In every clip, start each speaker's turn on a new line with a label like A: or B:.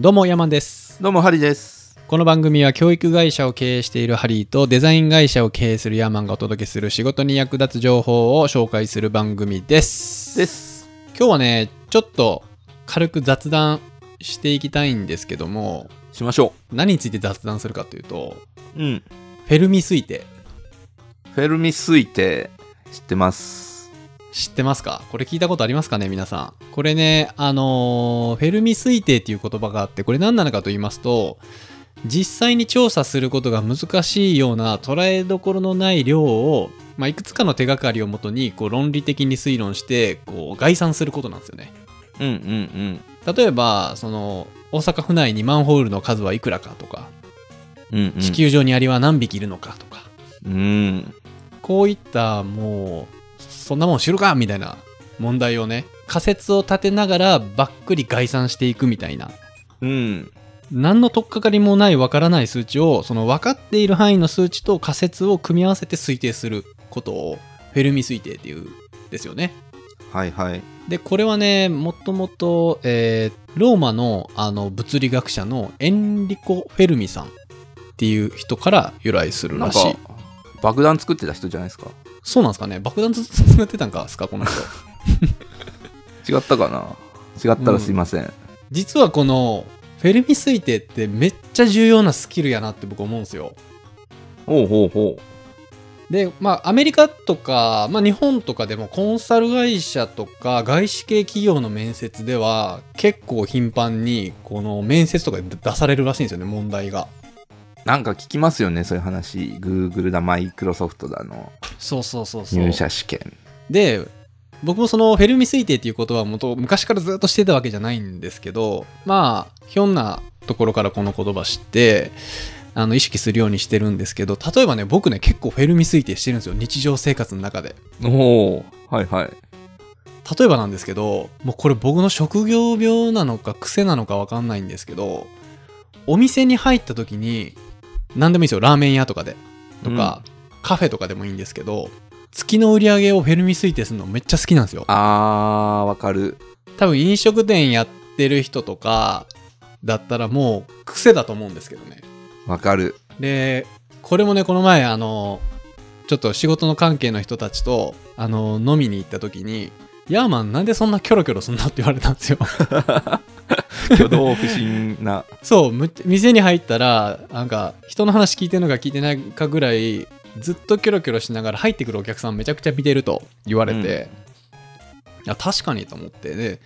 A: どうもヤマンです
B: どうもハリです。
A: この番組は教育会社を経営しているハリーとデザイン会社を経営するヤーマンがお届けする仕事に役立つ情報を紹介する番組です
B: です。
A: 今日はねちょっと軽く雑談していきたいんですけども
B: しましょ
A: 何について雑談するかというと
B: う。うん。
A: フェルミ推定
B: フェルミ推定知ってます。
A: 知ってますかこれ聞いたことありますかね皆さん。これね、あのーフェルミ推定っていう言葉があって、これ何なのかと言いますと、実際に調査することが難しいような捉えどころのない量を、まあ、いくつかの手がかりをもとにこう論理的に推論してこう概算することなんですよね。
B: うんうんうん。
A: 例えばその大阪府内にマンホールの数はいくらかとか
B: うん、うん。
A: 地。球上にアリは何匹いるのかとか、
B: うん。
A: こういったもうそんなもん知るかみたいな問題をね仮説を立てながらばっくり概算していくみたいな
B: うん。
A: 何の取っかかりもないわからない数値をその分かっている範囲の数値と仮説を組み合わせて推定することをフェルミ推定っていうんですよね。
B: はいはい。
A: でこれはねもともと、えーローマのあの物理学者のエンリコ・フェルミさんっていう人から由来する
B: なん
A: ら
B: か
A: しい。
B: 爆弾作ってた人じゃないですか。
A: そうなんですかね爆弾ずつ作ってたんかすかこの人。
B: 違ったかな。違ったらすいません。
A: 実はこのフェルミ推定ってめっちゃ重要なスキルやなって僕思うんですよ。
B: ほうほうほ
A: で、まあアメリカとか、まあ日本とかでもコンサル会社とか外資系企業の面接では結構頻繁にこの面接とかで出されるらしいんですよね、問題が。
B: う。なんか聞きますよね、そういう話。Google だ、Microsoft だの
A: そうそうそうそう。
B: 入社試験。
A: で僕もそのフェルミ推定っていうことはもと昔からずっとしてたわけじゃないんですけどまあひょんなところからこの言葉知ってあの意識するようにしてるんですけど例えばね僕ね結構フェルミ推定してるんですよ日常生活の中で
B: おお。はいはい。
A: 例えばなんですけどもうこれ僕の職業病なのか癖なのかわかんないんですけどお店に入った時に何でもいいですよラーメン屋とかでとか、カフェとかでもいいんですけど月の売り上げをフェルミ推定するのめっちゃ好きなんですよ
B: あー、わかる。
A: 多分飲食店やってる人とかだったらもう癖だと思うんですけどね
B: わかる。
A: でこれもねこの前あのちょっと仕事の関係の人たちとあの飲みに行った時に「ヤーマンなんでそんなキョロキョロすんな」って言われたんですよ
B: 挙動不審な。
A: そうむ店に入ったらなんか人の話聞いてるのか聞いてないかぐらいずっとキョロキョロしながら入ってくるお客さんめちゃくちゃ見てると言われて、いや確かにと思ってで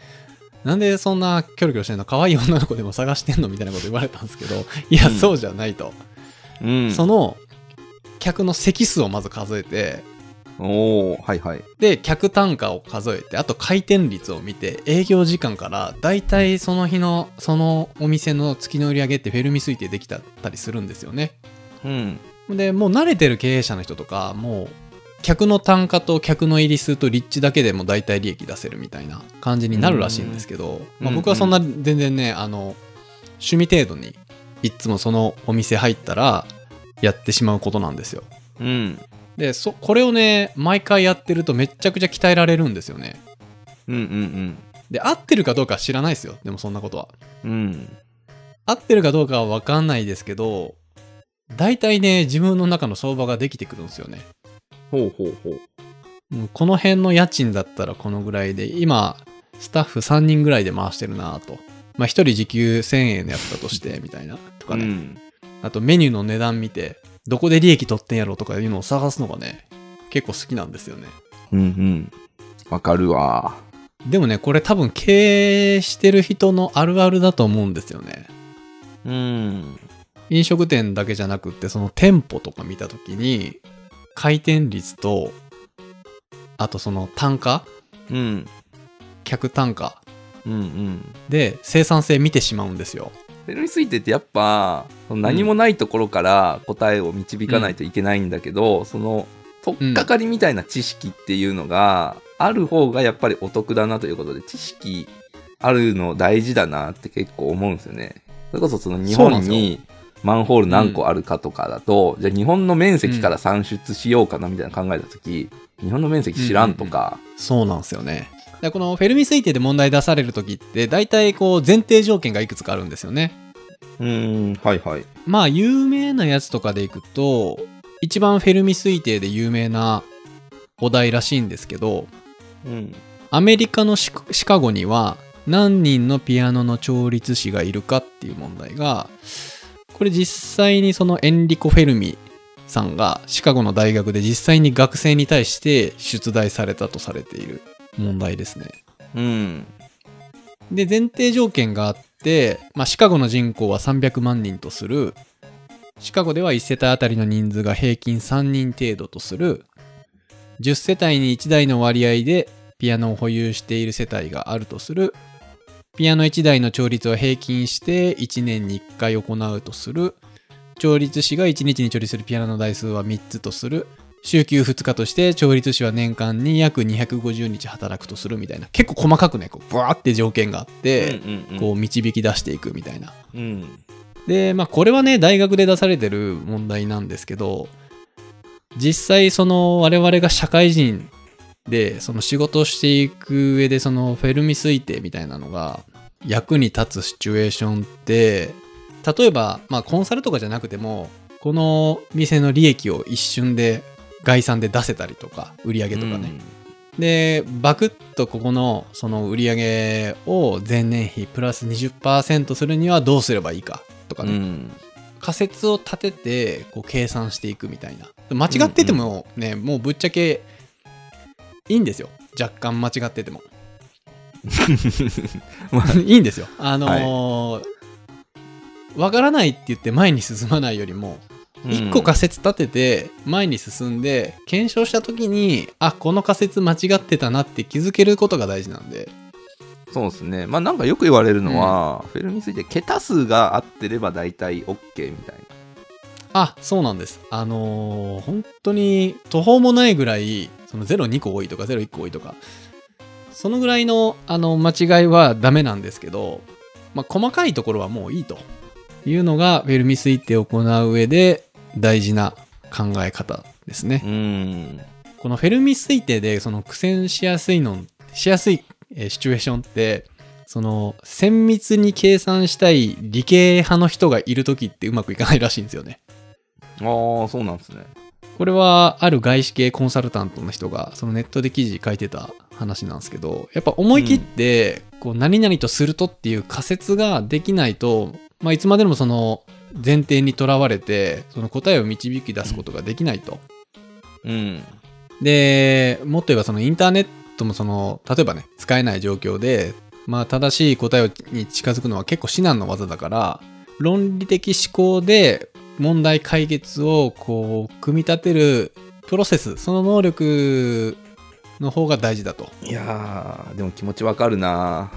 A: なんでそんなキョロキョロしてんの可愛い女の子でも探してんのみたいなこと言われたんですけどいや、
B: うん
A: そうじゃないと、
B: うん
A: その客の席数をまず数えて
B: おお。はいはい。
A: で客単価を数えてあと回転率を見て営業時間からだいたいその日のそのお店の月の売り上げってフェルミ推定できたたりするんですよね
B: うん。
A: でもう慣れてる経営者の人とかもう客の単価と客の入り数と立地だけでも大体利益出せるみたいな感じになるらしいんですけど、
B: うん
A: まあ、僕はそんな全然ねあの趣味程度にいっつもそのお店入ったらやってしまうことなんですよ
B: うん。
A: でそこれをね毎回やってるとめっちゃくちゃ鍛えられるんですよね
B: うんうん
A: で合ってるかどうかは知らないですよでもそんなことは
B: うん。うん。
A: 合ってるかどうかは分かんないですけど大体ね自分の中の相場ができてくるんですよね
B: ほうほうほう。
A: うんこの辺の家賃だったらこのぐらいで、今、スタッフ3人ぐらいで回してるなぁと。まあ、1人時給1000円のやったとして、みたいな。とかね。
B: うん、
A: あと、メニューの値段見て、どこで利益取ってんやろとかいうのを探すのがね、結構好きなんですよね。
B: うんうんわかるわ
A: でもね、これ多分経営してる人のあるあるだと思うんですよね。
B: うん
A: 飲食店だけじゃなくって、その店舗とか見たときに、回転率と、あとその単価
B: うん
A: 客単価
B: うんうん
A: で生産性見てしまうんですよ。
B: それについてってやっぱその何もないところから答えを導かないといけないんだけど、その取っかかりみたいな知識っていうのがある方がやっぱりお得だなということで知識あるの大事だなって結構思うんですよね。それこそその日
A: そうなん
B: 本
A: で
B: にマンホール何個あるかとかだと、じゃあ日本の面積から算出しようかなみたいな考えた時、日本の面積知らんとか、
A: そうなんですよね。でこのフェルミ推定で問題出される時って大体こう前提条件がいくつかあるんですよね。
B: うーんはいはい
A: まあ有名なやつとかでいくと一番フェルミ推定で有名なお題らしいんですけど
B: うん
A: アメリカのシカシカゴには何人のピアノの調律師がいるかっていう問題がこれ実際にそのエンリコ・フェルミさんがシカゴの大学で実際に学生に対して出題されたとされている問題ですね。
B: うん
A: で前提条件があって、まあ、シカゴの人口は300万人とするシカゴでは1世帯あたりの人数が平均3人程度とする10世帯に1台の割合でピアノを保有している世帯があるとするピアノ1台の調律を平均して1年に1回行うとする調律師が1日に調律するピアノの台数は3つとする週休2日として調律師は年間に約250日働くとするみたいな結構細かくねこうブワーって条件があっ
B: うん
A: て、
B: うん
A: こう導き出していくみたいな
B: うん
A: でまあこれはね大学で出されてる問題なんですけど実際その我々が社会人でその仕事をしていく上でそのフェルミ推定みたいなのが役に立つシチュエーションって例えばまあコンサルとかじゃなくてもこの店の利益を一瞬で概算で出せたりとか売り上げとかね、でバクッとここのその売り上げを前年比プラス20%するにはどうすればいいかとか
B: うん
A: ね、仮説を立ててこう計算していくみたいな間違っててもね、もうぶっちゃけいいんですよ若干間違ってて もいいんですよあのーわからないって言って前に進まないよりも
B: うん
A: 1個仮説立てて前に進んで検証した時にあこの仮説間違ってたなって気づけることが大事なんで
B: そうですねまあなんかよく言われるのは、フェルミについて桁数が合ってれば大体 OK みたい
A: あそうなんですあのー本当に途方もないぐらいその02個多いとか01個多いとかそのぐらいのあの間違いはダメなんですけど、まあ、細かいところはもういいというのがフェルミ推定を行う上で大事な考え方ですね
B: なうん
A: このフェルミ推定でその苦戦しやすいのしやすいえーシチュエーションってその綿密に計算したい理系派の人がいる時ってうまくいかないらしいんですよね
B: ああそうなんですね
A: これはある外資系コンサルタントの人がそのネットで記事書いてた話なんですけどやっぱ思い切ってこう何々とするとっていう仮説ができないと、まあ、いつまでもその前提にとらわれてその答えを導き出すことができないと。
B: うん
A: でもっと言えばそのインターネットもその例えばね使えない状況で、まあ、正しい答えに近づくのは結構至難の技だから論理的思考で問題解決をこう組み立てるプロセスその能力の方が大事だと。
B: いやーでも気持ちわかるな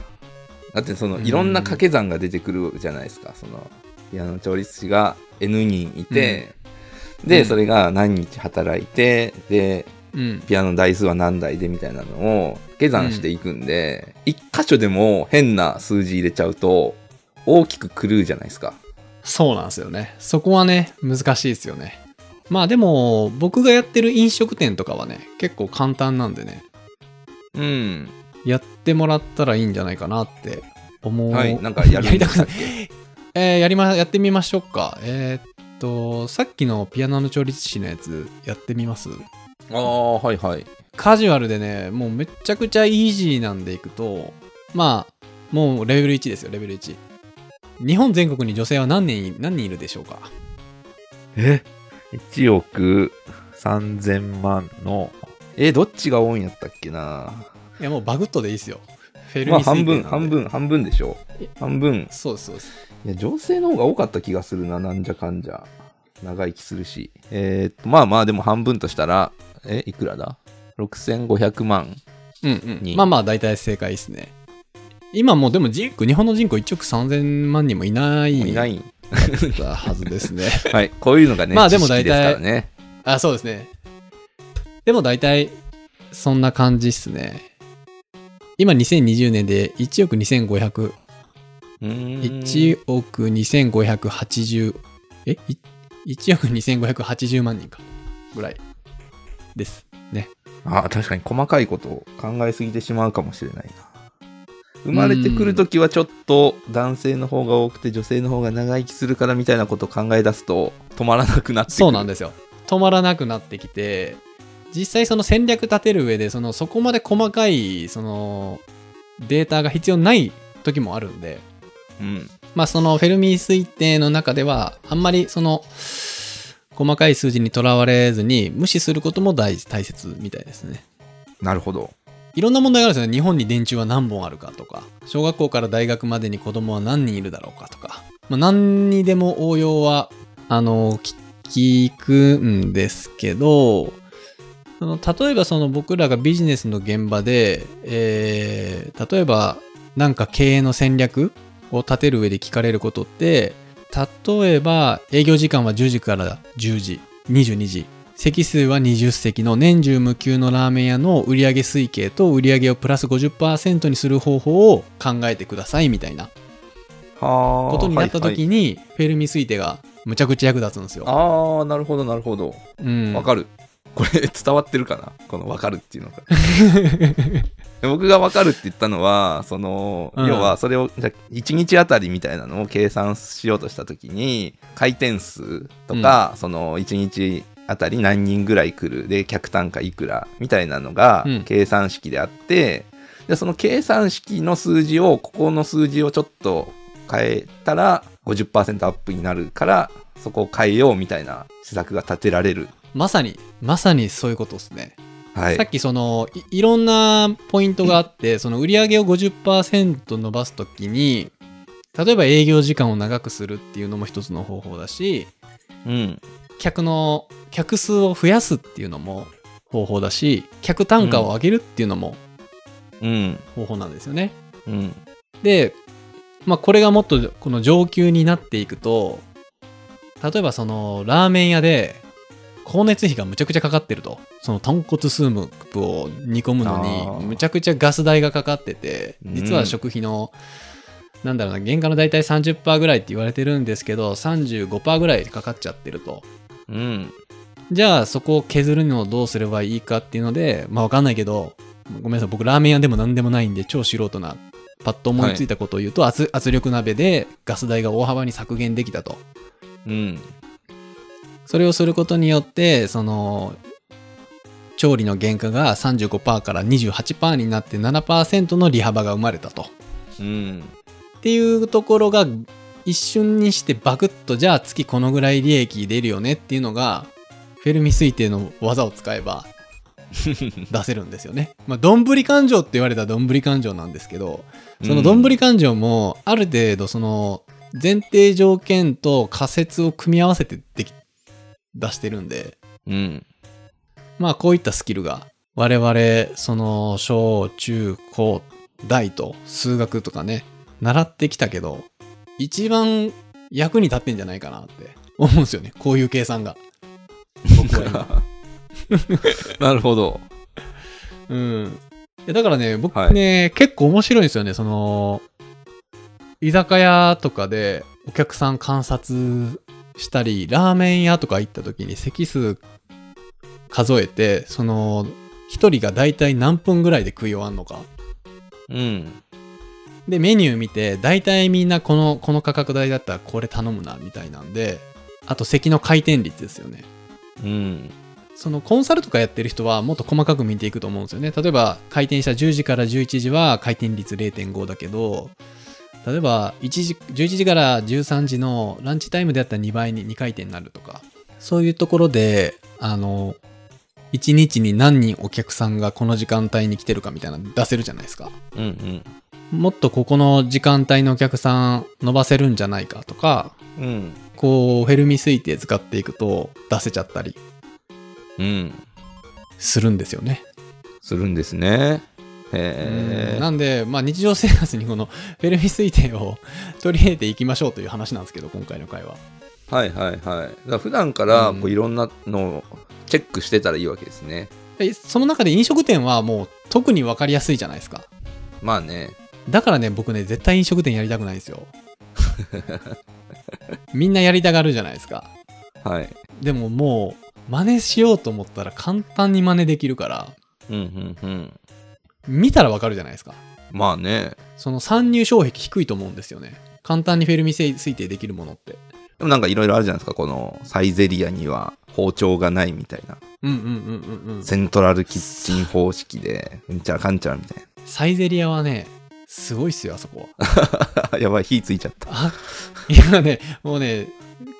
B: だってその
A: うん
B: いろんな掛け算が出てくるじゃないですかそのピアノ調律師が N 人いて、
A: う
B: で
A: ん
B: それが何日働いてで
A: うん、
B: ピアノの台数は何台でみたいなのを掛け算していくんで、一箇所でも変な数字入れちゃうと大きく狂うじゃないですか
A: そうなんですよね。そこはね、難しいですよね。まあでも、僕がやってる飲食店とかはね、結構簡単なんでね、
B: うん
A: やってもらったらいいんじゃないかなって思う。
B: はいなんかやる
A: やりたくな
B: っ
A: いえーやりま、やってみましょうか。えーっと、さっきのピアノの調律師のやつ、やってみます
B: ああはいはい
A: カジュアルでね、もうめちゃくちゃイージーなんでいくと、まあ、もうレベル1ですよ、レベル1。日本全国に女性は何人い、何人いるでしょうか
B: え1億3000万のえどっちが多いんやったっけない
A: や、もうバグッとでいいですよ。フェル
B: まあ
A: ミ推定な
B: 半
A: んで
B: 分半。分半分でしょ
A: え
B: 半分
A: そうです、そうです。
B: いや女性の方が多かった気がするななんじゃかんじゃ長生きするしえーっとまあまあでも半分としたらえいくらだ6500万
A: うんう
B: に
A: ん。まあまあ、大体正解ですね。今もうでも人口、日本の人口1億3000万人もいない
B: いない
A: だはずですね。
B: はいこういうのがね
A: まあでも
B: 知識ですからね
A: あ、そうですね。でも大体、そんな感じっすね。今2020年で1億2500、
B: うーん
A: 1億2580えい1億2580万人かぐらいですね
B: あ確かに細かいことを考えすぎてしまうかもしれないな生まれてくるときはちょっと男性の方が多くて女性の方が長生きするからみたいなことを考え出すと止まらなくなってくる
A: そうなんですよ止まらなくなってきて実際その戦略立てる上でそのそこまで細かいそのデータが必要ない時もあるんで
B: うん
A: まあそのフェルミ推定の中ではあんまりその細かい数字にとらわれずに無視することも大大切みたいですね
B: なるほど
A: いろんな問題があるんですよね日本に電柱は何本あるかとか小学校から大学までに子供は何人いるだろうかとか、まあ、何にでも応用はあのき聞くんですけどその例えばその僕らがビジネスの現場で、えー例えばなんか経営の戦略を立てる上で聞かれることって例えば営業時間は10時から10時22時席数は20席の年中無休のラーメン屋の売上推計と売上をプラス50%にする方法を考えてくださいみたいな
B: はあ
A: ことになった
B: はいはい
A: 時にフェルミ推定がむちゃくちゃ役立つんですよ。
B: ああなるほどなるほど
A: うん
B: わかるこれ 伝わってるかなこのわかるっ ていうのが僕がわかるって言ったのはその、
A: うん
B: 要はそれをじゃ1日あたりみたいなのを計算しようとした時に回転数とか、その1日あたり何人ぐらい来るで客単価いくらみたいなのが
A: うん
B: 計算式であって、でその計算式の数字をここの数字をちょっと変えたら50%アップになるからそこを変えようみたいな施策が立てられる。
A: まさにまさにそういうことですね。
B: はい
A: さっきそのいいろんなポイントがあ ってその売上を50%伸ばす時に例えば営業時間を長くするっていうのも一つの方法だし
B: うん、
A: 客の客数を増やすっていうのも方法だし客単価を上げるっていうのも
B: うん、
A: 方法なんですよね。
B: うん、
A: で、まあ、これがもっとこの上級になっていくと例えばそのラーメン屋で光熱費がむちゃくちゃかかってるとその豚骨スープを煮込むの
B: あー
A: にむちゃくちゃガス代がかかってて実は食費の、なんだろうな原価の大体30%ぐらいって言われてるんですけど35%ぐらいかかっちゃってると。
B: うん、
A: じゃあそこを削るのをどうすればいいかっていうのでまあわかんないけどごめんなさい僕ラーメン屋でも何でもないんで超素人なパッと思いついたことを言うと、圧圧力鍋でガス代が大幅に削減できたと
B: うん、
A: それをすることによってその調理の原価が35%から28%になって7%の利幅が生まれたとっ
B: うん、
A: ていうところが一瞬にしてバクッとじゃあ月このぐらい利益出るよねっていうのがフェルミ推定の技を使えば出せるんですよね。まあ、どんぶり勘定って言われたらどんぶり勘定なんですけど、そのどんぶり勘定もある程度その前提条件と仮説を組み合わせてでき出してるんで、
B: うん、
A: まあこういったスキルが我々その小中高大と数学とかね、習ってきたけど、一番役に立ってんじゃないかなって思うんですよね。こういう計算が。僕は今
B: なるほど。
A: うん。いやだからね、僕
B: はい
A: ね、結構面白いんですよね。その、居酒屋とかでお客さん観察したり、ラーメン屋とか行った時に席数数えて、その、一人が大体何分ぐらいで食い終わんのか。
B: うん、
A: で、メニュー見て、大体みんなこの、この価格帯だったらこれ頼むな、みたいなんで、あと席の回転率ですよね。
B: うん、
A: そのコンサルとかやってる人はもっと細かく見ていくと思うんですよね。例えば回転した10時から11時は回転率0.5だけど、例えば1時11時から13時のランチタイムであったら2倍に2回転になるとか、そういうところで、あの、1日に何人お客さんがこの時間帯に来てるかみたいなの出せるじゃないですか。
B: うん、うん、
A: もっとここの時間帯のお客さん伸ばせるんじゃないかとか、
B: うん、
A: こうフェルミ推定使っていくと出せちゃったり
B: うん、
A: するんですよね。
B: するんですね。
A: うん
B: へ
A: なんで、まあ、日常生活にこのフェルミ推定を取り入れていきましょうという話なんですけど今回の回は
B: え、はい、はい、はい。だから普段から
A: うん
B: こういろんなのをチェックしてたらいいわけですね。
A: でその中で飲食店はもう特に分かりやすいじゃないですか
B: まあね。
A: だからね僕ね絶対飲食店やりたくないんですよみんなやりたがるじゃないですか。
B: はい。
A: でももう、真似しようと思ったら簡単に真似できるから、
B: うんうんうん。
A: 見たらわかるじゃないですか。
B: まあね。
A: その参入障壁低いと思うんですよね。簡単にフェルミ推定できるものって。
B: でもなんかいろいろあるじゃないですか。このサイゼリアには包丁がないみたいな。
A: うんうんうんうんうん。
B: セントラルキッチン方式で、うんちゃらかんちゃらみたい
A: サイゼリアはね、すごいっすよ、あそこ は。
B: な。やばい、火ついちゃった。
A: あいやね、もうね、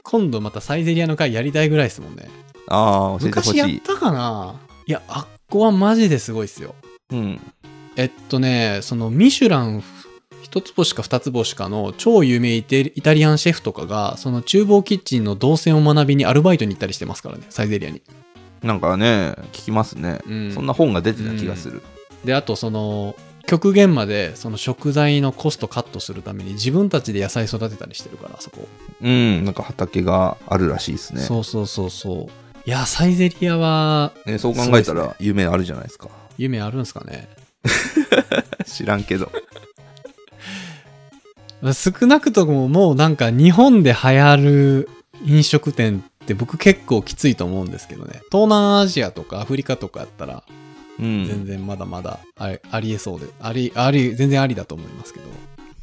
A: 今度またサイゼリアの回やりたいぐらいですもんね。
B: ああ、教えてほ
A: 昔
B: し
A: やっ
B: い。
A: たかないや、あっこはマジですごいっすよ。
B: うん。
A: えっとね、そのミシュラン一つ星か二つ星かの超有名イテイタリアンシェフとかが、その厨房キッチンの動線を学びにアルバイトに行ったりしてますからね、サイゼリアに。
B: なんかね、聞きますね。
A: うん
B: そんな本が出てた気がする。
A: で、あとその、極限までその食材のコストカットするために自分たちで野菜育てたりしてるから、あそこ。
B: うん、なんか畑があるらしいですね。
A: そうそうそうそう。いや、サイゼリアは
B: ねそう考えた
A: そうです
B: ら夢あるじゃない ですか。
A: 夢あるんですかね。
B: 知らんけど。
A: 少なくとももうなんか日本で流行る飲食店って僕結構きついと思うんですけどね。東南アジアとかアフリカとかやったら
B: う
A: 全
B: ん。
A: 然まだまだあり,、ありえそうで、あり、あり、全然ありだと思いますけ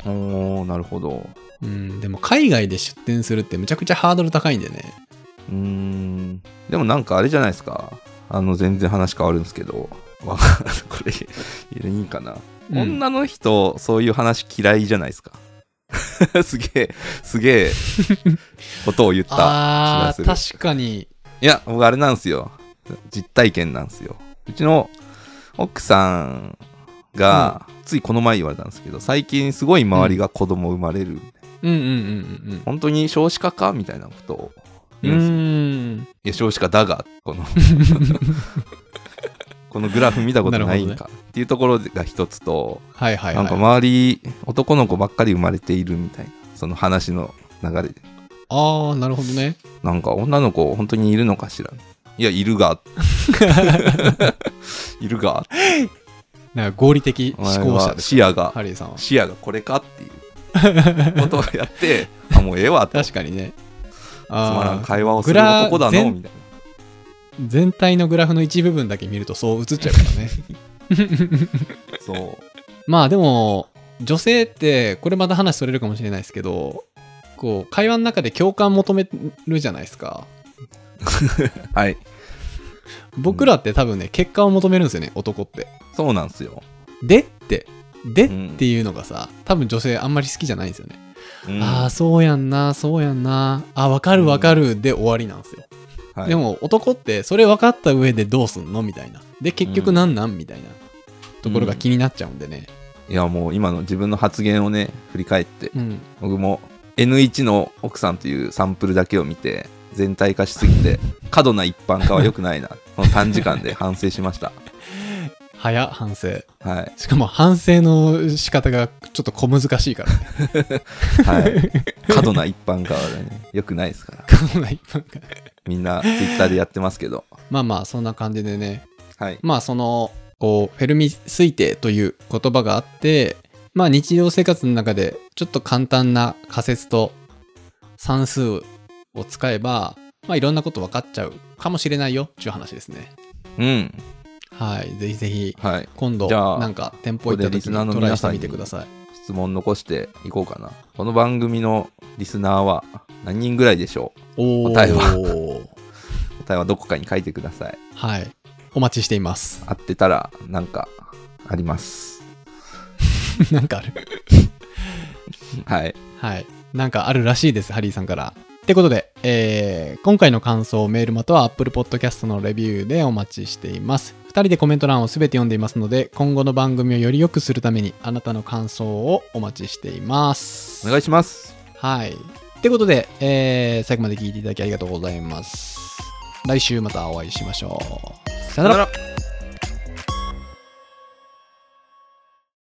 A: ど。
B: おー、なるほど。
A: うん、でも海外で出店するってむちゃくちゃハードル高いんでね。
B: うーん。でもなんかあれじゃないですか。あの、全然話変わるんですけど。わこれ、いいかな。
A: うん
B: 女の人、そういう話嫌いじゃないですか。 すげえ、すげえ、ことを言った。
A: あ
B: 気が
A: ー、確かに。
B: いや、僕あれなんですよ。実体験なんですよ。うちの奥さんが、ついこの前言われたんですけど、最近すごい周りが子供生まれる。
A: うんうんうん
B: 本当に少子化かみたいなことを
A: うんう
B: 言うんですよ
A: ん。う
B: いや少子化だがこ のこのグラフ見たことないん
A: なる
B: か、っていうところが一つと、
A: ーん。はいはい
B: なんか
A: はい。
B: 周り男の子ばっかり生まれているみたいなその話の流れで
A: あー、なるほどね。
B: なんか女の子本当にいるのかしらいやいる がいるが
A: なんか合理的
B: お
A: 思
B: 前
A: 考者
B: は
A: です
B: 視野が
A: ハリーさんは。
B: 視野がこれかっていうことをやってあもうええわとつ
A: 確かにね。
B: まら
A: あー
B: ん会話をす
A: グ
B: る
A: ラ
B: 男だの
A: 全
B: みたいな
A: 全体のグラフの一部分だけ見るとそう映っちゃうから ね。
B: そう
A: まあでも、女性って、これまた話それるかもしれないですけど、こう、会話の中で共感求めるじゃないですか。
B: はい
A: 僕らって多分ね、結果を求めるんですよね、男って。
B: そうなんですよ
A: でって、でっ
B: うん
A: ていうのがさ、多分女性あんまり好きじゃないんですよね。
B: うん
A: ああ、そうやんな、そうやんな、あ、わかるわかるで終わりなんですよ。
B: はい
A: でも男ってそれ分かった上でどうすんのみたいな。で、結局なんなん、みたいなところが気になっちゃうんでね。
B: いやもう今の自分の発言をね振り返って
A: うん。
B: 僕も N1 の奥さんというサンプルだけを見て全体化しすぎ て過度な一般化は良くないなこの短時間で反省しました
A: 早反省。
B: はい
A: しかも反省の仕方がちょっと小難しいから、 ね。
B: はい過度な一般化はね良くないですから
A: こんな一般化
B: みんな Twitter でやってますけど
A: まあまあ、そんな感じでね。
B: はい
A: まあ、その、こう、フェルミ推定という言葉があって、まあ、日常生活の中でちょっと簡単な仮説と算数を使えば、まあ、いろんなこと分かっちゃうかもしれないよっていう話ですね。
B: うん
A: はい。ぜひぜひ、
B: はい
A: 今度、
B: じゃあ
A: なんか、店舗行った
B: ここでリ
A: 時
B: スナー
A: に
B: の
A: トライ
B: 皆
A: して
B: さん
A: み
B: に
A: てください。
B: 質問残していこうかなこの番組のリスナーは何人ぐらいでしょ
A: お
B: 答え
A: は。
B: う答えはどこかに書いてください
A: はい。お待ちしています。
B: 合ってたらなんかあります
A: なんかある。
B: はい
A: はい。なんかあるらしいです、ハリーさんから。ってことで、えー今回の感想をメールまたは Apple Podcast のレビューでお待ちしています。2人でコメント欄をすべて読んでいますので、今後の番組をより良くするために、あなたの感想をお待ちしています。
B: お願いします
A: はい。ってことで、えー最後まで聞いていただきありがとうございます。来週またお会いしましょう。さよなら。
B: ら